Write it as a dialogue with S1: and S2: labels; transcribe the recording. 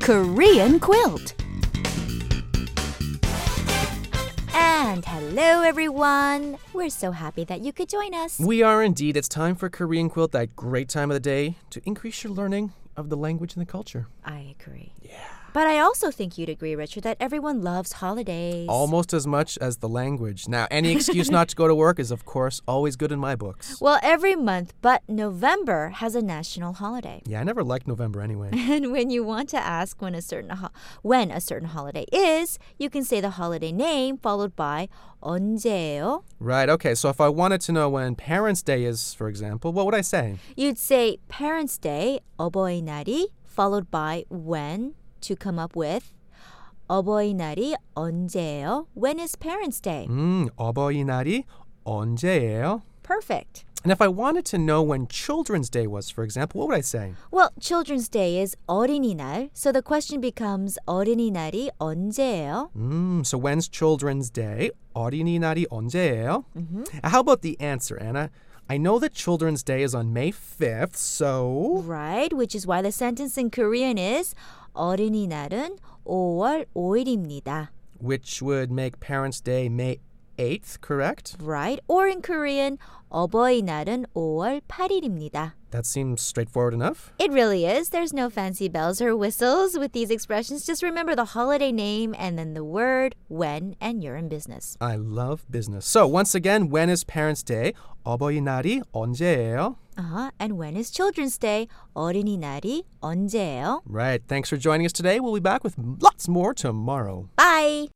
S1: Korean quilt.
S2: And hello, everyone. We're so happy that you could join us.
S3: We are indeed. It's time for Korean Quilt, that great time of the day to increase your learning of the language and the culture.
S2: I agree. Yeah. But I also think you'd agree, Richard, that everyone loves holidays.
S3: Almost as much as the language. Now, any excuse not to go to work is, of course, always good in my books.
S2: Well, every month, but November has a national holiday.
S3: Yeah, I never liked November anyway.
S2: And when you want to ask when a certain ho- when a certain holiday is, you can say the holiday name followed by 언제요?
S3: right, okay, so if I wanted to know when Parents' Day is, for example, what would I say?
S2: You'd say Parents' Day, 어버이날이 followed by when to come up with 어버이날이 언제예요? When is Parents' Day?
S3: 음, Hmm, 어버이날이 언제예요?
S2: Perfect.
S3: And if I wanted to know when Children's Day was, for example, what would I say?
S2: Well, Children's Day is 어린이날, so the question becomes 어린이날이 언제예요?
S3: Mm, so when's Children's Day? 어린이날이 언제예요? Uh, How about the answer, Anna? I know that Children's Day is on May 5th, so
S2: Right, which is why the sentence in Korean is 어린이날은 5월 5일입니다.
S3: which would make Parents' Day May 8th, correct?
S2: Right, or in Korean 어버이날은 5월 8일입니다.
S3: That seems straightforward enough.
S2: It really is. There's no fancy bells or whistles with these expressions. Just remember the holiday name and then the word when and you're in business.
S3: I love business. So once again, when is Parents' Day? 어버이날이 언제예요?
S2: Uh-huh. And when is Children's Day? 어린이날이 언제예요?
S3: Right, thanks for joining us today. We'll be back with lots more tomorrow.
S2: Bye.